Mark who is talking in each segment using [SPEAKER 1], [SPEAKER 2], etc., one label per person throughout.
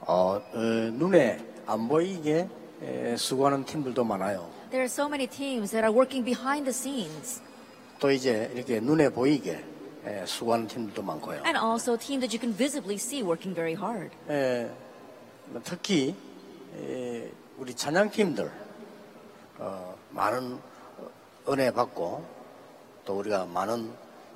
[SPEAKER 1] 어, 어, 눈에 안 보이게 에, 수고하는 팀들도 많아요.
[SPEAKER 2] There are so many teams that are working behind the scenes,
[SPEAKER 1] 또 이제 이렇게 눈에 보이게 에, 수고하는 팀들도 많고요.
[SPEAKER 2] and also a team that you can visibly see working very hard.
[SPEAKER 1] 에, 특히 에, 우리 찬양팀들 어, 많은 은혜 받고 또 우리가 많은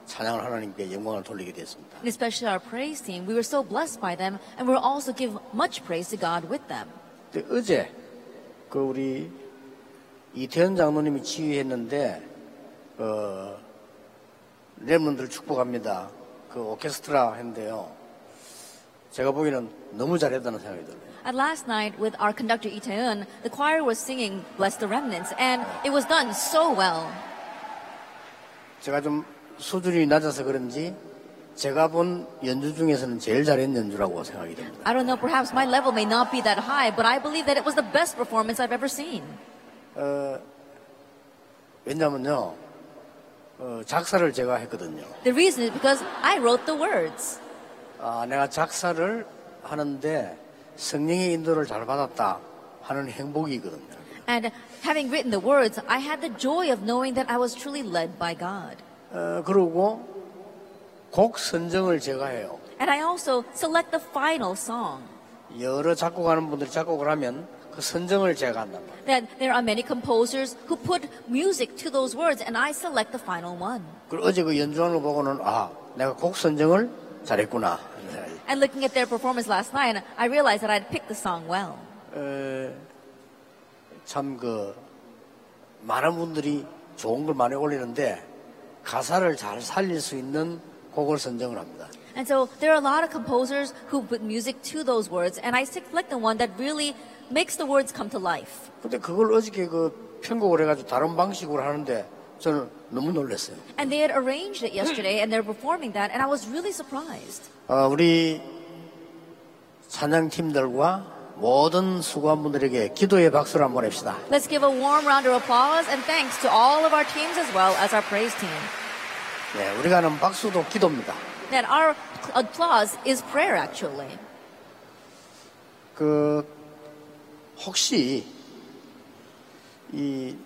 [SPEAKER 1] 찬양을 하나님께 영광을 돌리게 됐습니다.
[SPEAKER 2] And especially our praise team, we were so blessed by them, and we will also give much praise to God with them.
[SPEAKER 1] 근데 어제 그 우리 이태현 장로님이 지휘했는데 어, 렘런들 축복합니다. 그 오케스트라 했는데요. 제가 보기에는 너무 잘했다는 생각이 들어요.
[SPEAKER 2] And last night, with our conductor Itaeun, the choir was singing Bless the Remnants, and it was done so well.
[SPEAKER 1] 제가 좀 수준이 낮아서 그런지 제가 본 연주 중에서는 제일 잘한 연주라고 생각이 됩니다.
[SPEAKER 2] I don't know, perhaps my level may not be that high, but I believe that it was the best performance I've ever seen.
[SPEAKER 1] 왜냐면요, 어, 작사를 제가 했거든요.
[SPEAKER 2] The reason is because I wrote the words.
[SPEAKER 1] 아, 내가 작사를 하는데 성령의 인도를 잘 받았다 하는 행복이거든요.
[SPEAKER 2] And having written the words, I had the joy of knowing that I was truly led by God.
[SPEAKER 1] 어, 그리고 곡 선정을 제가 해요.
[SPEAKER 2] And I also select the final song.
[SPEAKER 1] 여러 작곡하는 분들이 작곡을 하면 그 선정을 제가 한단 말이에요.
[SPEAKER 2] That there are many composers who put music to those words, and I select the final one.
[SPEAKER 1] 그리고 어제 그 연주하는 거 보고는 아, 내가 곡 선정을 잘했구나. 하는 생각이 들어요.
[SPEAKER 2] And looking at their performance last night, I realized that I'd picked the song well.
[SPEAKER 1] 어, 참 그 많은 분들이 좋은 걸 많이 올리는데 가사를 잘 살릴 수 있는 곡을 선정을 합니다.
[SPEAKER 2] And so there are a lot of composers who put music to those words, and I select the one that really makes the words come to life.
[SPEAKER 1] 근데 그걸 어저께 그 편곡을 해가지고 다른 방식으로 하는데 저는 너무 놀랐어요.
[SPEAKER 2] And they had arranged it yesterday, and they're performing that, and I was really surprised.
[SPEAKER 1] 어, 우리 찬양팀들과 모든 수고한 분들에게 기도의 박수를 한번 냅시다.
[SPEAKER 2] Let's give a warm round of applause and thanks to all of our teams as well as our praise team.
[SPEAKER 1] 네, 우리가 하는 박수도 기도입니다.
[SPEAKER 2] That our applause is prayer, actually.
[SPEAKER 1] 그 혹시 이,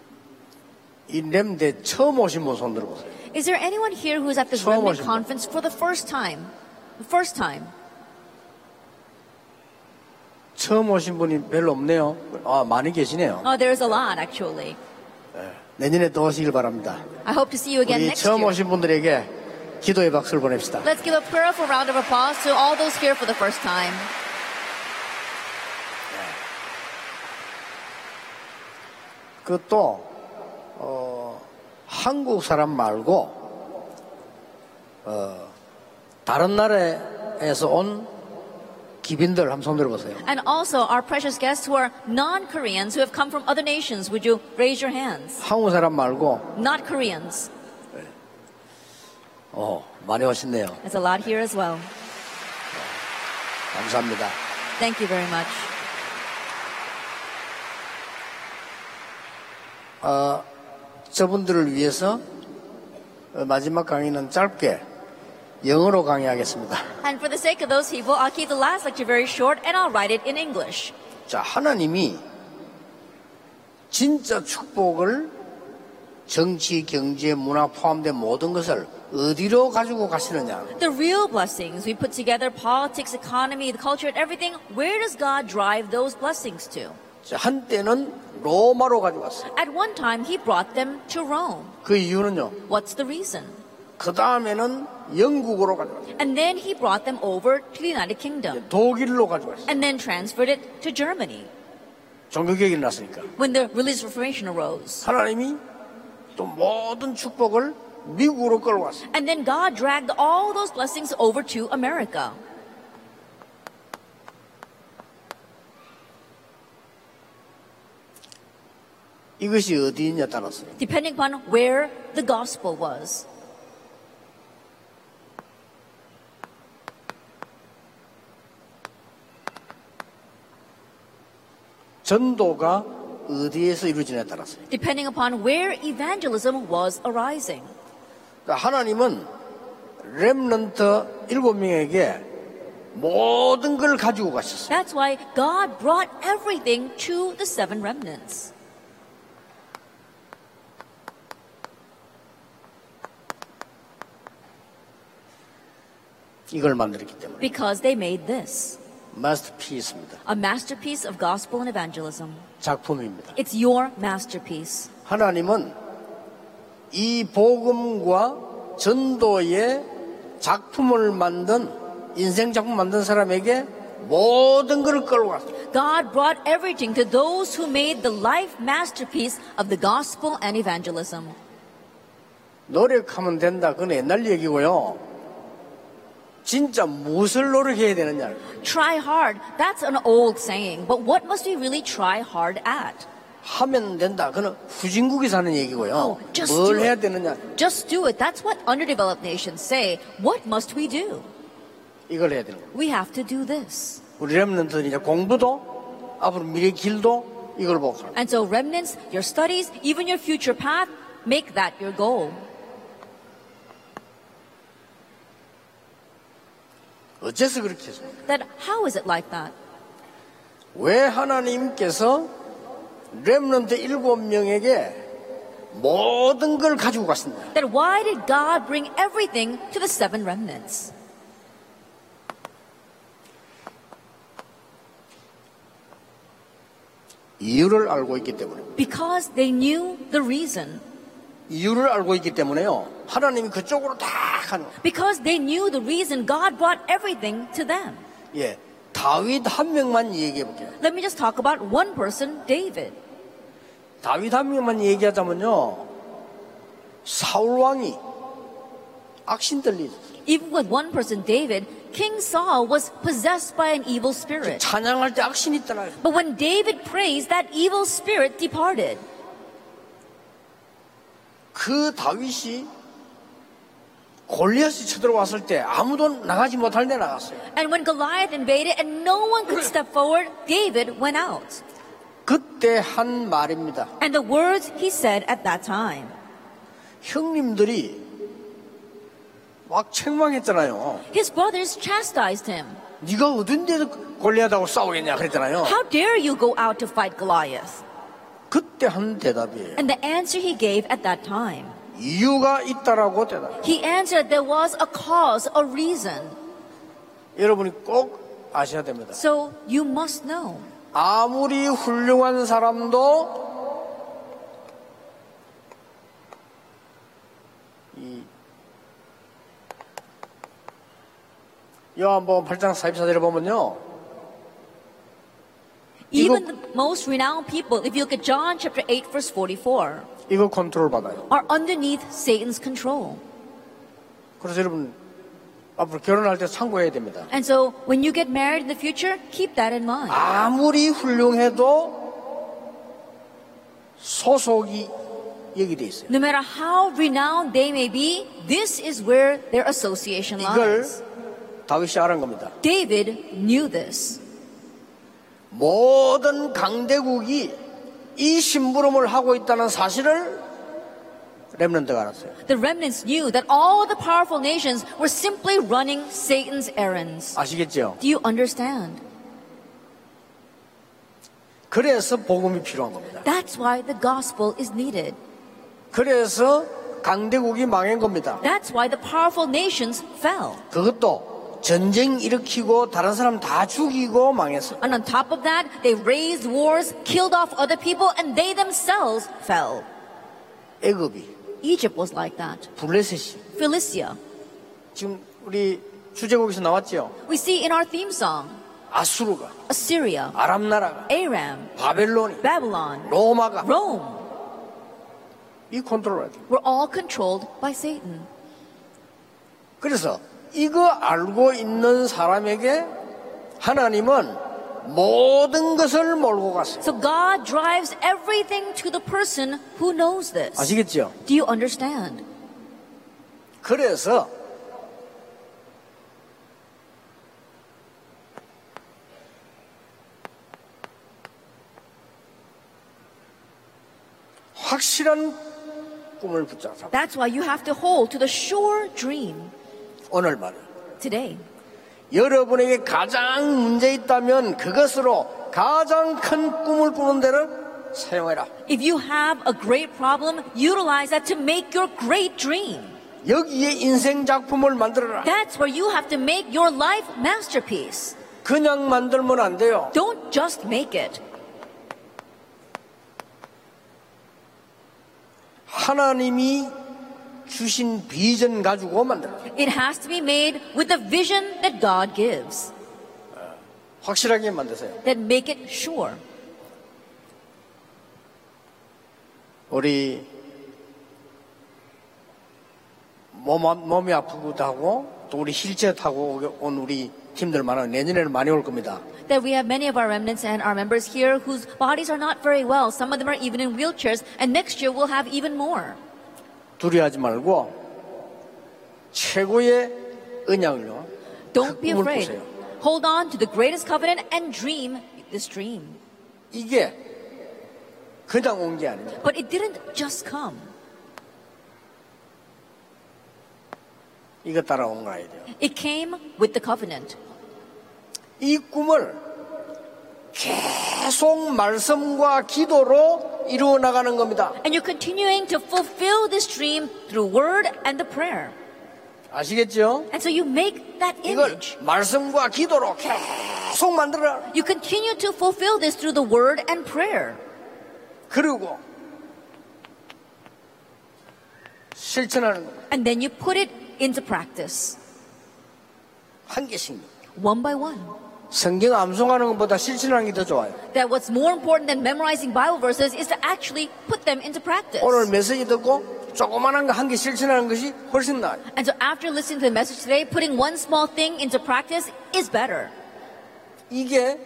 [SPEAKER 1] 이 램대 처음 오신 분 손 들어보세요.
[SPEAKER 2] Is there anyone here who is at this
[SPEAKER 1] Someone
[SPEAKER 2] Remnant
[SPEAKER 1] should-
[SPEAKER 2] conference for the first time? The first time.
[SPEAKER 1] 처음 오신 분이 별로 없네요. 아 많이 계시네요.
[SPEAKER 2] Oh, there's a lot, actually.
[SPEAKER 1] 내년에 또 오시길 바랍니다.
[SPEAKER 2] I hope to see you again
[SPEAKER 1] 우리
[SPEAKER 2] next
[SPEAKER 1] 처음
[SPEAKER 2] year.
[SPEAKER 1] 오신 분들에게 기도의 박수를 보냅시다.
[SPEAKER 2] Let's give a prayerful round of applause to all those here for the first time.
[SPEAKER 1] 그또 어, 한국 사람 말고 어, 다른 나라에서 온 기빈들 한번 손 들어보세요.
[SPEAKER 2] And also our precious guests who are non-Koreans who have come from other nations. Would you raise your hands?
[SPEAKER 1] 한국 사람 말고
[SPEAKER 2] Not Koreans.
[SPEAKER 1] 어, 많이 오셨네요.
[SPEAKER 2] There's a lot here as well.
[SPEAKER 1] 감사합니다.
[SPEAKER 2] Thank you very much.
[SPEAKER 1] 저분들을 위해서 어, 마지막 강의는 짧게 영어로 강의하겠습니다.
[SPEAKER 2] And for the sake of those people, I'll keep the last lecture very short and I'll write it in English.
[SPEAKER 1] 자, 하나님이 진짜 축복을 정치, 경제, 문화 포함된 모든 것을 어디로 가지고 가시느냐.
[SPEAKER 2] The real blessings we put together, politics, economy, the culture, and everything, where does God drive those blessings to?
[SPEAKER 1] 자, 한때는 로마로 가져왔어요.
[SPEAKER 2] At one time, he brought them to Rome.
[SPEAKER 1] 그 이유는요.
[SPEAKER 2] What's the reason?
[SPEAKER 1] 그 다음에는 영국으로 가져왔어요.
[SPEAKER 2] And then he brought them over to the United Kingdom
[SPEAKER 1] 독일로 가져왔어요.
[SPEAKER 2] and then transferred it to Germany
[SPEAKER 1] 종교개혁이 났으니까.
[SPEAKER 2] when the religious reformation arose.
[SPEAKER 1] 하나님이 또 모든 축복을 미국으로 끌고 왔어요.
[SPEAKER 2] And then God dragged all those blessings over to America.
[SPEAKER 1] 이것이 어디냐 따라서.
[SPEAKER 2] depending upon where the gospel was.
[SPEAKER 1] 전도가 어디에서 이루어지냐에 따라서.
[SPEAKER 2] Depending upon where evangelism was arising.
[SPEAKER 1] 그러니까 하나님은 렘넌트 일곱 명에게 모든 걸 가지고 가셨어요.
[SPEAKER 2] That's why God brought everything to the seven remnants.
[SPEAKER 1] 이걸 만들었기 때문에
[SPEAKER 2] Because they made this
[SPEAKER 1] 마스터피스입니다.
[SPEAKER 2] a masterpiece of gospel and evangelism.
[SPEAKER 1] 작품입니다.
[SPEAKER 2] It's your masterpiece.
[SPEAKER 1] 하나님은 이 복음과 전도의 작품을 만든 인생 작품 만든 사람에게 모든 걸 끌고 갔어요.
[SPEAKER 2] God brought everything to those who made the life masterpiece of the gospel and evangelism.
[SPEAKER 1] 노력하면 된다. 그건 옛날 얘기고요. 진짜 무엇을 노력해야 되느냐.
[SPEAKER 2] Try hard. That's an old saying. But what must we really try hard at?
[SPEAKER 1] 하면 된다. 그건 후진국이 사는 얘기고요.
[SPEAKER 2] Oh, just
[SPEAKER 1] 뭘
[SPEAKER 2] do it.
[SPEAKER 1] 해야 되느냐.
[SPEAKER 2] Just do it. That's what underdeveloped nations say. What must we do?
[SPEAKER 1] 이걸 해야 되는 거예요.
[SPEAKER 2] We have to do this.
[SPEAKER 1] 우리 랩런트들이 이제 공부도 앞으로 미래 길도 이걸 보고 가는 거예요.
[SPEAKER 2] And so, remnants, your studies, even your future path, make that your goal.
[SPEAKER 1] 어째서 그렇게 했어요?
[SPEAKER 2] Then, how is it like that?
[SPEAKER 1] 왜 하나님께서 렘넌트 일곱 명에게 모든 걸 가지고 갔습니다.
[SPEAKER 2] Then, why did God bring everything to the seven remnants?
[SPEAKER 1] 이유를 알고 있기 때문에.
[SPEAKER 2] Because they knew the reason.
[SPEAKER 1] 이유를 알고 있기 때문에요. 하나님이 그쪽으로 다 가는 거예요.
[SPEAKER 2] Because they knew the reason, God brought everything to them.
[SPEAKER 1] 예. 다윗 한 명만 얘기해 볼게요.
[SPEAKER 2] Let me just talk about one person, David.
[SPEAKER 1] 다윗 한 명만 얘기하자면요. 사울 왕이 악신들리
[SPEAKER 2] Even with one person, David, King Saul was possessed by an evil spirit.
[SPEAKER 1] 찬양할 때 악신이 있더라고요.
[SPEAKER 2] But when David praised, that evil spirit departed.
[SPEAKER 1] 그 다윗이 골리앗이 쳐들어왔을 때 아무도 나가지 못할 데 나갔어요.
[SPEAKER 2] And when Goliath invaded and no one could step forward, David went out.
[SPEAKER 1] 그때 한 말입니다.
[SPEAKER 2] And the words he said at that time.
[SPEAKER 1] 형님들이 막 책망했잖아요.
[SPEAKER 2] His brothers chastised him.
[SPEAKER 1] 네가 어떤 데서 골리앗하고 싸우겠냐 그랬잖아요.
[SPEAKER 2] How dare you go out to fight Goliath?
[SPEAKER 1] 그때 한 대답이에요.
[SPEAKER 2] And the answer he gave at that time.
[SPEAKER 1] 이유가 있다라고 대답.
[SPEAKER 2] He answered there was a cause, a reason.
[SPEAKER 1] 여러분이 꼭 아셔야 됩니다.
[SPEAKER 2] So you must know.
[SPEAKER 1] 아무리 훌륭한 사람도 이 요한복음 8장 44절에 보면요.
[SPEAKER 2] Even the most renowned people, if you look at John chapter 8, verse 44,
[SPEAKER 1] 이거 컨트롤 받아요.
[SPEAKER 2] are underneath Satan's control.
[SPEAKER 1] 그래서 여러분 앞으로 결혼할 때 참고해야 됩니다.
[SPEAKER 2] And so when you get married in the future, keep that in mind.
[SPEAKER 1] 아무리 훌륭해도 소속이 여기 돼 있어요.
[SPEAKER 2] No matter how renowned they may be, this is where their association
[SPEAKER 1] 이걸
[SPEAKER 2] lies.
[SPEAKER 1] 다윗이 알은 겁니다.
[SPEAKER 2] David knew this.
[SPEAKER 1] 모든 강대국이 이 심부름을 하고 있다는 사실을 렘런드가 알았어요.
[SPEAKER 2] The remnants knew that all the powerful nations were simply running Satan's errands.
[SPEAKER 1] 아시겠죠?
[SPEAKER 2] Do you understand?
[SPEAKER 1] 그래서 복음이 필요한 겁니다.
[SPEAKER 2] That's why the gospel is needed.
[SPEAKER 1] 그래서 강대국이 망한 겁니다.
[SPEAKER 2] That's why the powerful nations fell.
[SPEAKER 1] 그것도 전쟁 일으키고 다른 사람 다 죽이고 망했어요.
[SPEAKER 2] And on top of that, they raised wars, killed off other people, and they themselves fell.
[SPEAKER 1] 애굽이,
[SPEAKER 2] Egypt was like that.
[SPEAKER 1] 블레셋이.
[SPEAKER 2] Philistia.
[SPEAKER 1] 지금 우리 주제곡에서 나왔죠?
[SPEAKER 2] We see in our theme song
[SPEAKER 1] 아수르가,
[SPEAKER 2] Assyria,
[SPEAKER 1] 아랍 나라가,
[SPEAKER 2] Aram,
[SPEAKER 1] 바벨론이,
[SPEAKER 2] Babylon,
[SPEAKER 1] 로마가
[SPEAKER 2] Rome
[SPEAKER 1] 이 컨트롤을 해야 돼요.
[SPEAKER 2] were all controlled by Satan.
[SPEAKER 1] 그래서 이거 알고 있는 사람에게 하나님은 모든 것을 몰고 갔어요.
[SPEAKER 2] So God drives everything to the person who knows this.
[SPEAKER 1] 아시겠죠?
[SPEAKER 2] Do you understand?
[SPEAKER 1] 그래서 확실한 꿈을 붙잡아.
[SPEAKER 2] That's why you have to hold to the sure dream
[SPEAKER 1] 오늘 말은
[SPEAKER 2] today.
[SPEAKER 1] 여러분에게 가장 문제 있다면 그것으로 가장 큰 꿈을 꾸는 데를 사용해라.
[SPEAKER 2] If you have a great problem, utilize that to make your great dream.
[SPEAKER 1] 여기에 인생 작품을 만들어라.
[SPEAKER 2] That's where you have to make your life masterpiece.
[SPEAKER 1] 그냥 만들면 안 돼요.
[SPEAKER 2] Don't just make it.
[SPEAKER 1] 하나님이 주신 비전 가지고 만들어.
[SPEAKER 2] It has to be made with the vision that God gives.
[SPEAKER 1] 확실하게 만드세요.
[SPEAKER 2] That make it sure.
[SPEAKER 1] 우리 몸, 아- 몸이 아프기도 하고 또 우리 힐제 타고 온 우리 팀들 많아요. 내년에는 많이 올 겁니다.
[SPEAKER 2] That we have many of our remnants and our members here whose bodies are not very well. Some of them are even in wheelchairs, and next year we'll have even more.
[SPEAKER 1] 두려워하지 말고 최고의 언약을요.
[SPEAKER 2] Don't be
[SPEAKER 1] 꿈을
[SPEAKER 2] afraid.
[SPEAKER 1] 꾸세요.
[SPEAKER 2] Hold on to the greatest covenant and dream this dream.
[SPEAKER 1] 이게 그냥 온 게 아닙니다.
[SPEAKER 2] But it didn't just come.
[SPEAKER 1] 이거 따라온 거야 돼요.
[SPEAKER 2] It came with the covenant.
[SPEAKER 1] 이 꿈을 계속 말씀과 기도로 이루어 나가는 겁니다.
[SPEAKER 2] And you're continuing to fulfill this dream through word and the prayer.
[SPEAKER 1] 아시겠죠?
[SPEAKER 2] And so you make that
[SPEAKER 1] 이걸
[SPEAKER 2] image.
[SPEAKER 1] 말씀과 기도로 계속 만들어.
[SPEAKER 2] You continue to fulfill this through the word and prayer.
[SPEAKER 1] 그리고 실천하는 겁니다.
[SPEAKER 2] And then you put it into practice,
[SPEAKER 1] 한 개씩.
[SPEAKER 2] one by one.
[SPEAKER 1] 성경 암송하는 것보다 실천하는 게 더 좋아요.
[SPEAKER 2] That what's more important than memorizing Bible verses is to actually put them into practice.
[SPEAKER 1] 오늘 메시지 듣고 조그만한 거 한 개 실천하는 것이 훨씬 나아요.
[SPEAKER 2] And so after listening to the message today, putting one small thing into practice is better.
[SPEAKER 1] 이게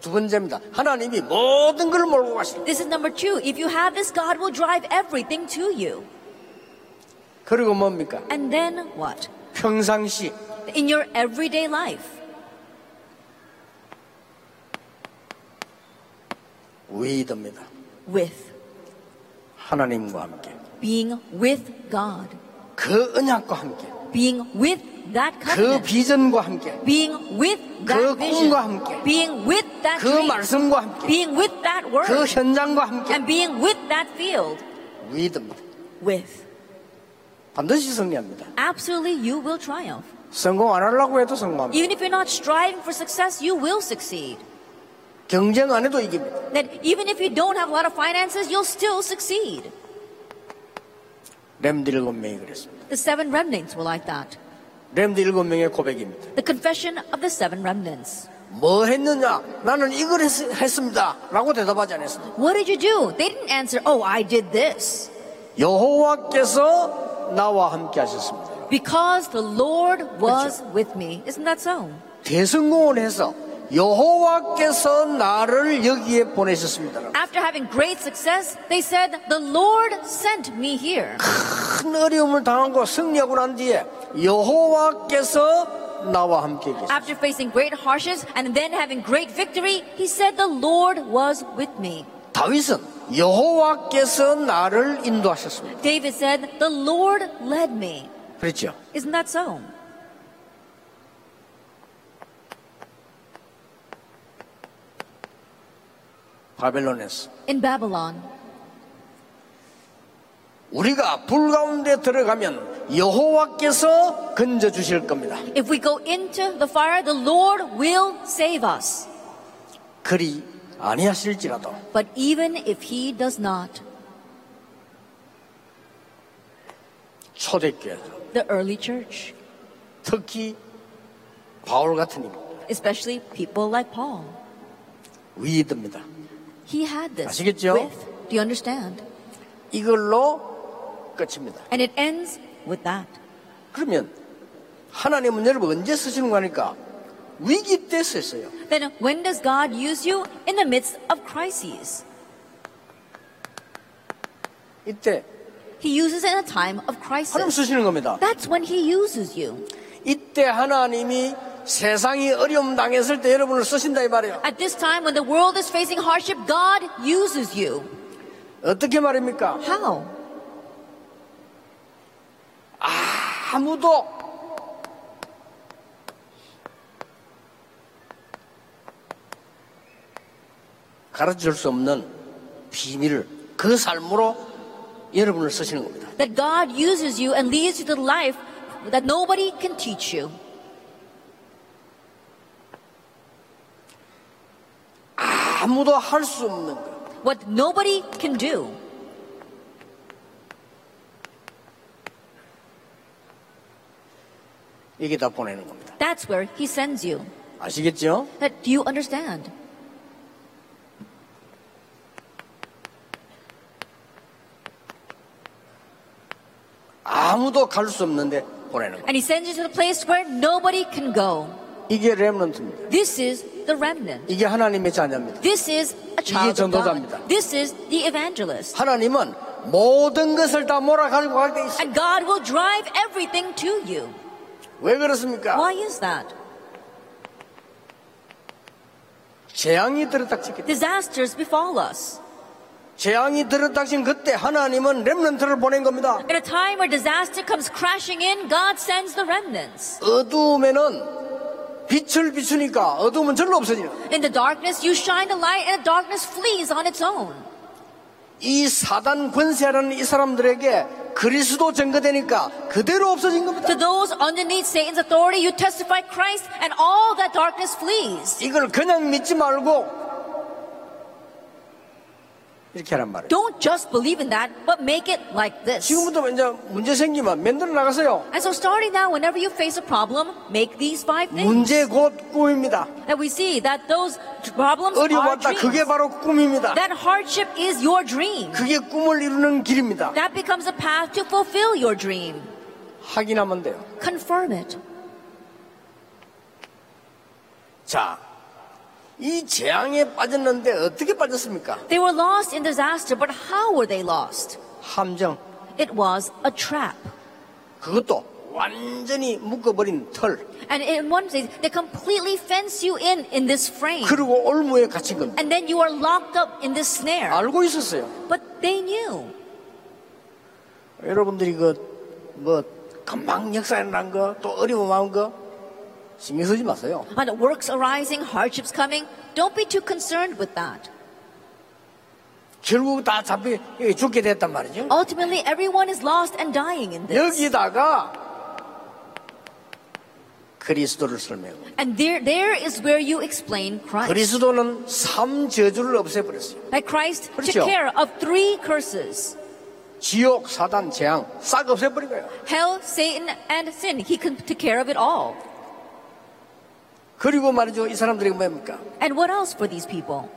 [SPEAKER 1] 두 번째입니다. 하나님이 모든 걸 몰고 가십니다.
[SPEAKER 2] This is number two. If you have this, God will drive everything to you.
[SPEAKER 1] 그리고 뭡니까?
[SPEAKER 2] And then what?
[SPEAKER 1] 평상시
[SPEAKER 2] In your everyday life,
[SPEAKER 1] 위드입니다.
[SPEAKER 2] with
[SPEAKER 1] 하나님과 함께.
[SPEAKER 2] being with God,
[SPEAKER 1] 그 언약과 함께.
[SPEAKER 2] being with that
[SPEAKER 1] 그
[SPEAKER 2] covenant,
[SPEAKER 1] 비전과 함께.
[SPEAKER 2] being with
[SPEAKER 1] 그
[SPEAKER 2] that
[SPEAKER 1] 꿈과
[SPEAKER 2] vision,
[SPEAKER 1] 함께.
[SPEAKER 2] being with that
[SPEAKER 1] 그
[SPEAKER 2] dream,
[SPEAKER 1] 말씀과 함께.
[SPEAKER 2] being with that
[SPEAKER 1] 그
[SPEAKER 2] word,
[SPEAKER 1] 현장과 함께.
[SPEAKER 2] and being with that field,
[SPEAKER 1] 위드입니다.
[SPEAKER 2] with.
[SPEAKER 1] 반드시 승리합니다.
[SPEAKER 2] Absolutely, you will triumph.
[SPEAKER 1] 성공 안 하려고 해도 성공합니다.
[SPEAKER 2] Even if you're not striving for success, you will succeed.
[SPEAKER 1] 경쟁 안 해도 이깁니다.
[SPEAKER 2] That even if you don't have a lot of finances, you'll still succeed.
[SPEAKER 1] 램드 일곱 명이 그랬습니다.
[SPEAKER 2] The seven remnants were like that.
[SPEAKER 1] 램드 일곱 명의 고백입니다.
[SPEAKER 2] The confession of the seven remnants.
[SPEAKER 1] 뭐 했느냐? 나는 이걸 했, 했습니다. 라고 대답하지 않았습니다.
[SPEAKER 2] What did you do? They didn't answer, oh, I did this.
[SPEAKER 1] 여호와께서 나와 함께 하셨습니다.
[SPEAKER 2] Because the Lord was with me. Isn't that so?
[SPEAKER 1] 대성공을 해서 여호와께서 나를 여기에 보내셨습니다.
[SPEAKER 2] After having great success, they said, the Lord sent me here.
[SPEAKER 1] 큰 어려움을 당하고 승리하고 난 뒤에 여호와께서 나와 함께 계십니다.
[SPEAKER 2] After facing great hardships and then having great victory, he said, the Lord was with me.
[SPEAKER 1] 다윗은 여호와께서 나를 인도하셨습니다.
[SPEAKER 2] David said, the Lord led me.
[SPEAKER 1] 그렇죠?
[SPEAKER 2] Isn't that so?
[SPEAKER 1] 바벨론에서
[SPEAKER 2] In Babylon,
[SPEAKER 1] 우리가 불 가운데 들어가면 여호와께서 건져 주실 겁니다.
[SPEAKER 2] if we go into the fire, the Lord will save us.
[SPEAKER 1] 그리 아니하실지라도
[SPEAKER 2] But even if he does not,
[SPEAKER 1] 초대교회에서
[SPEAKER 2] the early church,
[SPEAKER 1] 특히 바울 같은 님
[SPEAKER 2] especially people like Paul,
[SPEAKER 1] 위드입니다.
[SPEAKER 2] he had this
[SPEAKER 1] 아시겠죠?
[SPEAKER 2] with. Do you understand?
[SPEAKER 1] 이걸로 끝입니다.
[SPEAKER 2] And it ends with that.
[SPEAKER 1] 그러면 하나님은 여러분 언제 쓰시는 거니까 위기 때 쓰세요.
[SPEAKER 2] Then when does God use you? In the midst of crises.
[SPEAKER 1] 이때
[SPEAKER 2] He uses it in a time of
[SPEAKER 1] 하나님
[SPEAKER 2] crisis.
[SPEAKER 1] 쓰시는 겁니다.
[SPEAKER 2] That's when he uses you.
[SPEAKER 1] 이때 하나님이 세상이 어려움 당했을 때 여러분을 쓰신다 이 말이에요.
[SPEAKER 2] At this time when the world is facing hardship, God uses you.
[SPEAKER 1] 어떻게 말입니까?
[SPEAKER 2] How?
[SPEAKER 1] 아무도 가르쳐 줄 수 없는 비밀을 그 삶으로 여러분을 쓰시는 겁니다.
[SPEAKER 2] That God uses you and leads you to the life that nobody can teach you.
[SPEAKER 1] 아무도 할 수 없는 것.
[SPEAKER 2] What nobody can do.
[SPEAKER 1] 이게 다 보내는 겁니다.
[SPEAKER 2] That's where He sends you.
[SPEAKER 1] 아시겠죠?
[SPEAKER 2] That do you understand?
[SPEAKER 1] 아무도 갈 수 없는데 보내는 겁니다.
[SPEAKER 2] And He sends you to the place where nobody can go.
[SPEAKER 1] 이게 렘런트입니다.
[SPEAKER 2] This is the remnant.
[SPEAKER 1] 이게 하나님의 자녀입니다.
[SPEAKER 2] This is a child of
[SPEAKER 1] 전도자입니다.
[SPEAKER 2] God. This is the evangelist.
[SPEAKER 1] 하나님은 모든 것을 다 몰아가지고 갈 때 있어요.
[SPEAKER 2] And God will drive everything to you.
[SPEAKER 1] 왜 그렇습니까?
[SPEAKER 2] Why is that?
[SPEAKER 1] 재앙이 들어닥치기 때문에.
[SPEAKER 2] Disasters befall us.
[SPEAKER 1] 재앙이 들어닥친 그때 하나님은 렘런트를 보낸 겁니다.
[SPEAKER 2] In a time where disaster comes crashing in, God sends the remnants.
[SPEAKER 1] 어두움에는 빛을 비추니까 어두움은 절로 없어지는
[SPEAKER 2] In the darkness, you shine a light and the darkness flees on its own.
[SPEAKER 1] 이 사단 권세하는 이 사람들에게 그리스도 증거되니까 그대로 없어진 겁니다.
[SPEAKER 2] To those underneath Satan's authority, you testify Christ and all that darkness flees.
[SPEAKER 1] 이걸 그냥 믿지 말고 이렇게 하란 말이에요.
[SPEAKER 2] Don't just believe in that, but make it like this.
[SPEAKER 1] 지금부터 이제 문제 생기면 맨들어 나가세요.
[SPEAKER 2] And so starting now, whenever you face a problem, make these five things.
[SPEAKER 1] 문제 곧 꿈입니다.
[SPEAKER 2] That we see that those problems are
[SPEAKER 1] 어려웠다. 그게
[SPEAKER 2] dreams. 네.
[SPEAKER 1] 바로 꿈입니다.
[SPEAKER 2] That hardship is your dream.
[SPEAKER 1] 그게 꿈을 이루는 길입니다.
[SPEAKER 2] That becomes a path to fulfill your dream.
[SPEAKER 1] 확인하면 돼요.
[SPEAKER 2] Confirm it.
[SPEAKER 1] 자, 이 재앙에 빠졌는데 어떻게 빠졌습니까?
[SPEAKER 2] They were lost in disaster, but how were they lost?
[SPEAKER 1] 함정.
[SPEAKER 2] It was a trap.
[SPEAKER 1] 그것도 완전히 묶어버린 털.
[SPEAKER 2] And in one place, they completely fence you in in this frame.
[SPEAKER 1] 그리고 올무에 갇힌 겁니다.
[SPEAKER 2] And then you are locked up in this snare.
[SPEAKER 1] 알고 있었어요.
[SPEAKER 2] But they knew.
[SPEAKER 1] 여러분들이 그 뭐 금방 역사 일어난 거, 또 어려움 한 거, 신경 쓰지 마세요.
[SPEAKER 2] On works arising, hardships coming, don't be too concerned with that.
[SPEAKER 1] 결국 다 잡히 여기 죽게 됐단 말이죠.
[SPEAKER 2] Ultimately, everyone is lost and dying in this.
[SPEAKER 1] 여기다가 그리스도를 설명해요.
[SPEAKER 2] And there, there is where you explain Christ.
[SPEAKER 1] 그리스도는 삼 저주를 없애버렸어요.
[SPEAKER 2] That Christ
[SPEAKER 1] 그렇죠.
[SPEAKER 2] took care of three curses
[SPEAKER 1] 지옥, 사단, 재앙 싹 없애버린 거예요.
[SPEAKER 2] hell, Satan, and sin. He can, took care of it all.
[SPEAKER 1] 그리고 말이죠. 이 사람들이 뭡니까?
[SPEAKER 2] And what else for these people?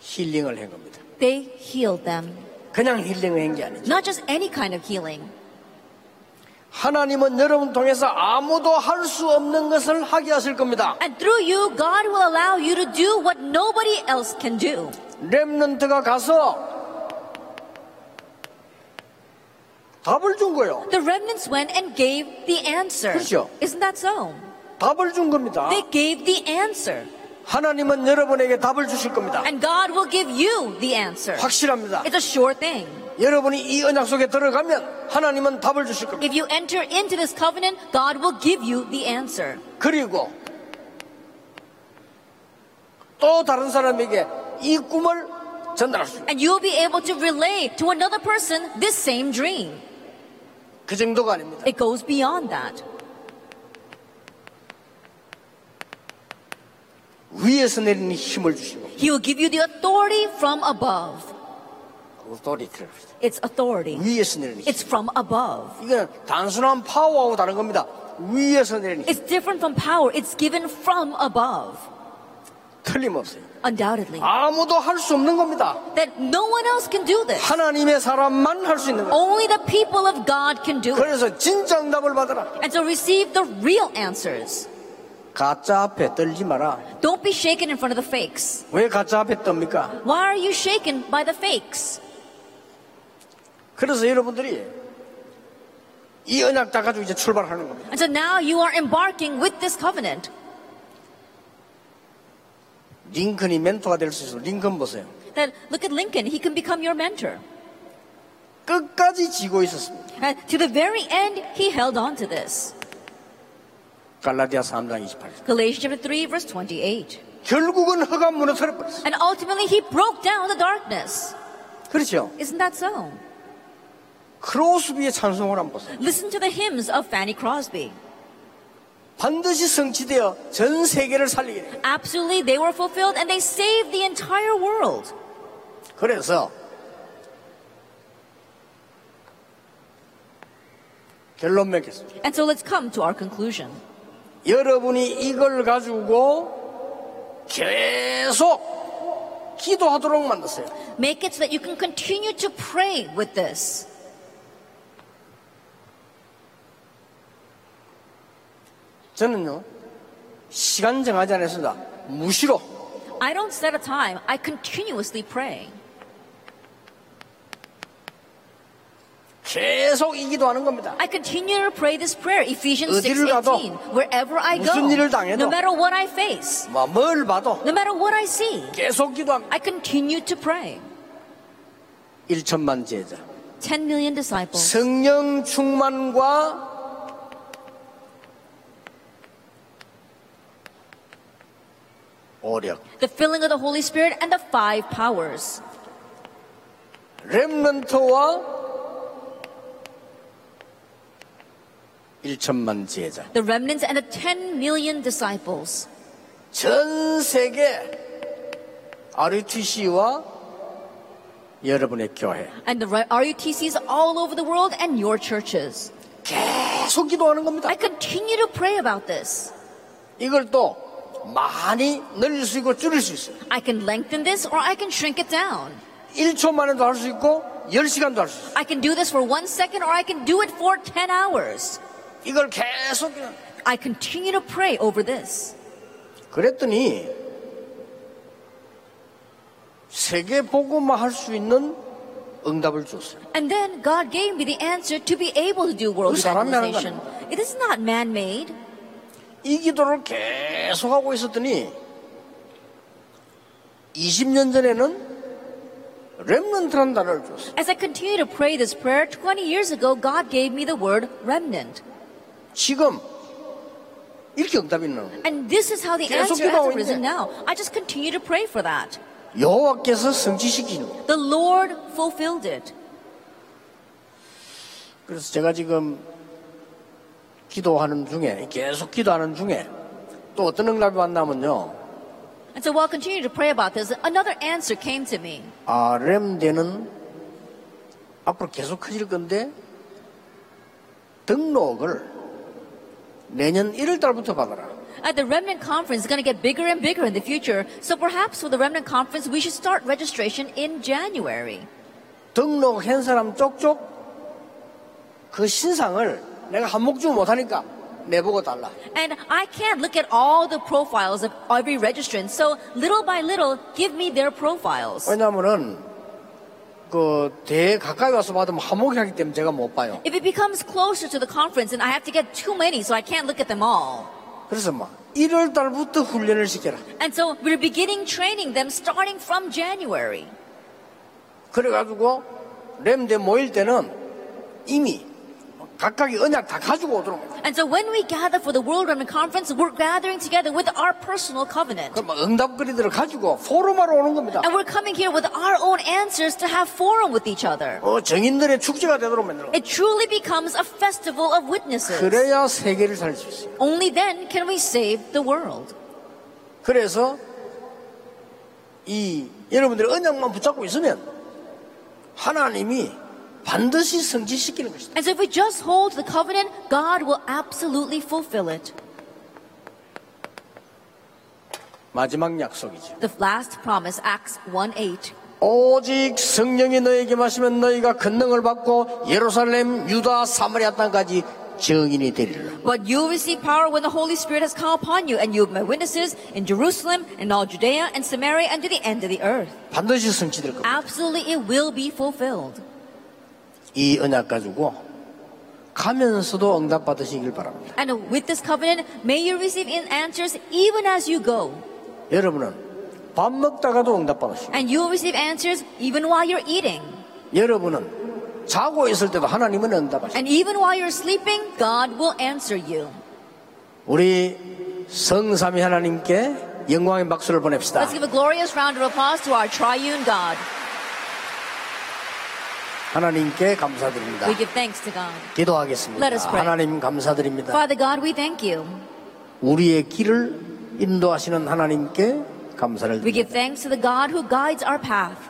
[SPEAKER 1] 힐링을 한 겁니다.
[SPEAKER 2] They healed them.
[SPEAKER 1] 그냥 힐링을 한 게 아니죠.
[SPEAKER 2] Not just any kind of healing.
[SPEAKER 1] 하나님은 여러분 통해서 아무도 할 수 없는 것을 하게 하실 겁니다.
[SPEAKER 2] And through you, God will allow you to do what nobody else can do.
[SPEAKER 1] 렘넌트가 가서 답을 준 거예요.
[SPEAKER 2] The remnants went and gave the answer.
[SPEAKER 1] 그렇죠.
[SPEAKER 2] Isn't that so?
[SPEAKER 1] 답을 준 겁니다.
[SPEAKER 2] They gave the answer.
[SPEAKER 1] 하나님은 여러분에게 답을 주실 겁니다.
[SPEAKER 2] And God will give you the answer.
[SPEAKER 1] 확실합니다.
[SPEAKER 2] It's a sure thing.
[SPEAKER 1] 여러분이 이 언약 속에 들어가면 하나님은 답을 주실 겁니다.
[SPEAKER 2] If you enter into this covenant, God will give you the answer.
[SPEAKER 1] 그리고 또 다른 사람에게 이 꿈을 전달할 수 있어요.
[SPEAKER 2] And you'll be able to relay to another person this same dream.
[SPEAKER 1] 그 정도가 아닙니다.
[SPEAKER 2] It goes beyond that.
[SPEAKER 1] 위에서 내리는 힘을 주시고
[SPEAKER 2] He will give you the authority from above.
[SPEAKER 1] authority를 주시고.
[SPEAKER 2] It's authority.
[SPEAKER 1] 그 위에서 내리는 힘.
[SPEAKER 2] It's from above.
[SPEAKER 1] 이건 단순한 파워하고 다른 겁니다. 위에서 내리는 힘.
[SPEAKER 2] It's different from power. It's given from above.
[SPEAKER 1] 틀림없어요.
[SPEAKER 2] Undoubtedly.
[SPEAKER 1] 아무도 할 수 없는 겁니다.
[SPEAKER 2] That no one else can do this.
[SPEAKER 1] 하나님의 사람만 할 수 있는 거예요.
[SPEAKER 2] Only the people of God can do it.
[SPEAKER 1] 그래서 진짜 응답을 받아라.
[SPEAKER 2] And so receive the real answers.
[SPEAKER 1] 가짜 앞에 떨지 마라.
[SPEAKER 2] Don't be shaken in front of the fakes.
[SPEAKER 1] 왜 가짜 앞에 떱니까?
[SPEAKER 2] Why are you shaken by the fakes?
[SPEAKER 1] 그래서 여러분들이 이 언약 다 가지고 이제 출발하는 겁니다.
[SPEAKER 2] And so now you are embarking with this covenant.
[SPEAKER 1] 링컨이 멘토가 될 수 있어요. 링컨 보세요.
[SPEAKER 2] That look at Lincoln, he can become your mentor. Uh,
[SPEAKER 1] 끝까지 지고 있었습니다.
[SPEAKER 2] And to the very end, he held on to this.
[SPEAKER 1] 갈라디아 3장 28절.
[SPEAKER 2] Galatians chapter 3 verse 28.
[SPEAKER 1] 결국은 허가 무너뜨려 버렸어요.
[SPEAKER 2] And ultimately he broke down the darkness.
[SPEAKER 1] 그렇죠.
[SPEAKER 2] Isn't that so?
[SPEAKER 1] 크로스비의 찬송을 한번 보세요.
[SPEAKER 2] Listen to the hymns of Fanny Crosby.
[SPEAKER 1] 반드시 성취되어 전 세계를 살리게 돼요.
[SPEAKER 2] Absolutely, they were fulfilled and they saved the entire world.
[SPEAKER 1] 그래서 결론 맺겠습니다.
[SPEAKER 2] And so let's come to our conclusion.
[SPEAKER 1] 여러분이 이걸 가지고 계속 기도하도록 만드세요.
[SPEAKER 2] Make it so that you can continue to pray with this.
[SPEAKER 1] 저는요 시간 정하지 않았습니다. 무시로
[SPEAKER 2] I don't set a time, I continuously pray.
[SPEAKER 1] 계속 이 기도하는 겁니다.
[SPEAKER 2] I continue to pray this prayer, Ephesians
[SPEAKER 1] 어디를 가도,
[SPEAKER 2] 6:18. Wherever I go,
[SPEAKER 1] 무슨 일을 당해도,
[SPEAKER 2] no matter what I face,
[SPEAKER 1] 뭐 뭘 봐도
[SPEAKER 2] no matter what I see,
[SPEAKER 1] 계속 기도합니다.
[SPEAKER 2] I continue to pray.
[SPEAKER 1] 1천만 제자
[SPEAKER 2] 10 million disciples.
[SPEAKER 1] 성령 충만과 오력
[SPEAKER 2] The filling of the Holy Spirit and the five powers.
[SPEAKER 1] 렘넌트와 1천만 제자
[SPEAKER 2] The remnants and the 10 million disciples.
[SPEAKER 1] 전 세계 RUTC와 여러분의 교회
[SPEAKER 2] and the RUTCs all over the world and your churches.
[SPEAKER 1] 계속 기도하는 겁니다.
[SPEAKER 2] I continue to pray about this.
[SPEAKER 1] 이걸 또 많이 늘릴 수 있고 줄일 수 있어요.
[SPEAKER 2] I can lengthen this or I can shrink it down.
[SPEAKER 1] 1초 만에도 할 수 있고 10시간도 할 수 있어요.
[SPEAKER 2] I can do this for one second or I can do it for 10 hours.
[SPEAKER 1] 이걸 계속 기도
[SPEAKER 2] I continue to pray over this.
[SPEAKER 1] 그랬더니 세계 보고만 할 수 있는 응답을 줬어요.
[SPEAKER 2] And then God gave me the answer to be able to do world
[SPEAKER 1] 그 사람이 하는
[SPEAKER 2] evangelization. It is not man made.
[SPEAKER 1] 이 기도를 계속 하고 있었더니 20년 전에는 렘넌트라는 단어를 줬어요.
[SPEAKER 2] As I continue to pray this prayer, 20 years ago, God gave me the word remnant.
[SPEAKER 1] 지금 이렇게 응답이 있는 거예요.
[SPEAKER 2] And this is how the
[SPEAKER 1] 계속
[SPEAKER 2] answer has
[SPEAKER 1] 기도하고
[SPEAKER 2] arisen
[SPEAKER 1] 있네.
[SPEAKER 2] now. I just continue to pray for that.
[SPEAKER 1] 여호와께서 성취시키는 거예요.
[SPEAKER 2] The Lord fulfilled it.
[SPEAKER 1] 그래서 제가 지금 기도하는 중에 계속 기도하는 중에 또 어떤 응답이 왔냐면요.
[SPEAKER 2] And so while I continued to pray about this, another answer came to me.
[SPEAKER 1] 아, 렘대는 앞으로 계속 커질 건데 등록을 내년 1월 달부터 받아라.
[SPEAKER 2] At the Remnant Conference is going to get bigger and bigger in the future, so perhaps for the Remnant Conference, we should start registration in January.
[SPEAKER 1] 등록한 사람 쪽쪽 그 신상을 내가 한목주 못하니까 내보고 달라.
[SPEAKER 2] And I can't look at all the profiles of every registrant, so little by little, give me their profiles.
[SPEAKER 1] 왜냐면은 그 대에 가까이 와서 받으면 한목이 하기 때문에 제가 못 봐요.
[SPEAKER 2] If it becomes closer to the conference, then I have to get too many, so I can't look at them all.
[SPEAKER 1] 그래서 막 1월 달부터 훈련을 시켜라.
[SPEAKER 2] And so we're beginning training them starting from January.
[SPEAKER 1] 그래가지고 램대 모일 때는 이미 각각의 언약 다 가지고 오도록. 해요.
[SPEAKER 2] And so when we gather for the World Remnant Conference, we're gathering together with our personal covenant.
[SPEAKER 1] 그럼 막 응답거리들을 가지고 포럼하러 오는 겁니다.
[SPEAKER 2] And we're coming here with our own answers to have forum with each other.
[SPEAKER 1] 어, 정인들의 축제가 되도록 만들어.
[SPEAKER 2] It truly becomes a festival of witnesses.
[SPEAKER 1] 그래야 세계를 살 수 있어요.
[SPEAKER 2] Only then can we save the world.
[SPEAKER 1] 그래서 이 여러분들의 언약만 붙잡고 있으면 하나님이 반드시 성취시키는 것이다.
[SPEAKER 2] And so if we just hold the covenant, God will absolutely fulfill it.
[SPEAKER 1] 마지막 약속이죠.
[SPEAKER 2] The last promise, Acts 1 8.
[SPEAKER 1] 오직 성령이 너에게 마시면 너희가 권능을 받고 예루살렘, 유다, 사마리아 땅까지 증인이 되리라.
[SPEAKER 2] But you receive power when the Holy Spirit has come upon you, and you are my witnesses in Jerusalem, in all Judea and Samaria, and to the end of the earth.
[SPEAKER 1] 반드시 성취될 겁니다.
[SPEAKER 2] Absolutely, it will be fulfilled.
[SPEAKER 1] 이 언약 가지고 가면서도 응답 받으시길 바랍니다.
[SPEAKER 2] And with this covenant, may you receive in answers even as you go.
[SPEAKER 1] 여러분은 밥 먹다가도 응답 받으시고
[SPEAKER 2] And you will receive answers even while you're eating.
[SPEAKER 1] 여러분은 자고 있을 때도 하나님은 응답하시고
[SPEAKER 2] And even while you're sleeping, God will answer you.
[SPEAKER 1] 우리 성삼위 하나님께 영광의 박수를 보냅시다.
[SPEAKER 2] Let's give a glorious round of applause to our triune God.
[SPEAKER 1] 하나님께 감사드립니다.
[SPEAKER 2] We give thanks to God. Let us
[SPEAKER 1] 기도하겠습니다.
[SPEAKER 2] pray.
[SPEAKER 1] 하나님 감사드립니다.
[SPEAKER 2] Father God, we thank you.
[SPEAKER 1] 우리의 길을 인도하시는 하나님께 감사를
[SPEAKER 2] We
[SPEAKER 1] 드립니다.
[SPEAKER 2] give thanks to the God who guides our path.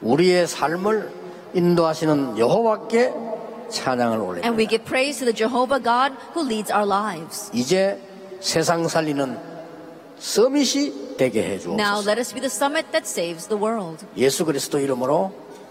[SPEAKER 1] 우리의 삶을 인도하시는 여호와께 찬양을
[SPEAKER 2] And we
[SPEAKER 1] 올립니다.
[SPEAKER 2] give praise to the Jehovah God who leads our lives.
[SPEAKER 1] 이제 세상 살리는 서밋이 되게 해
[SPEAKER 2] Now
[SPEAKER 1] 주옵소서.
[SPEAKER 2] let us be the summit that saves the world.
[SPEAKER 1] 예수 그리스도 이름으로
[SPEAKER 2] In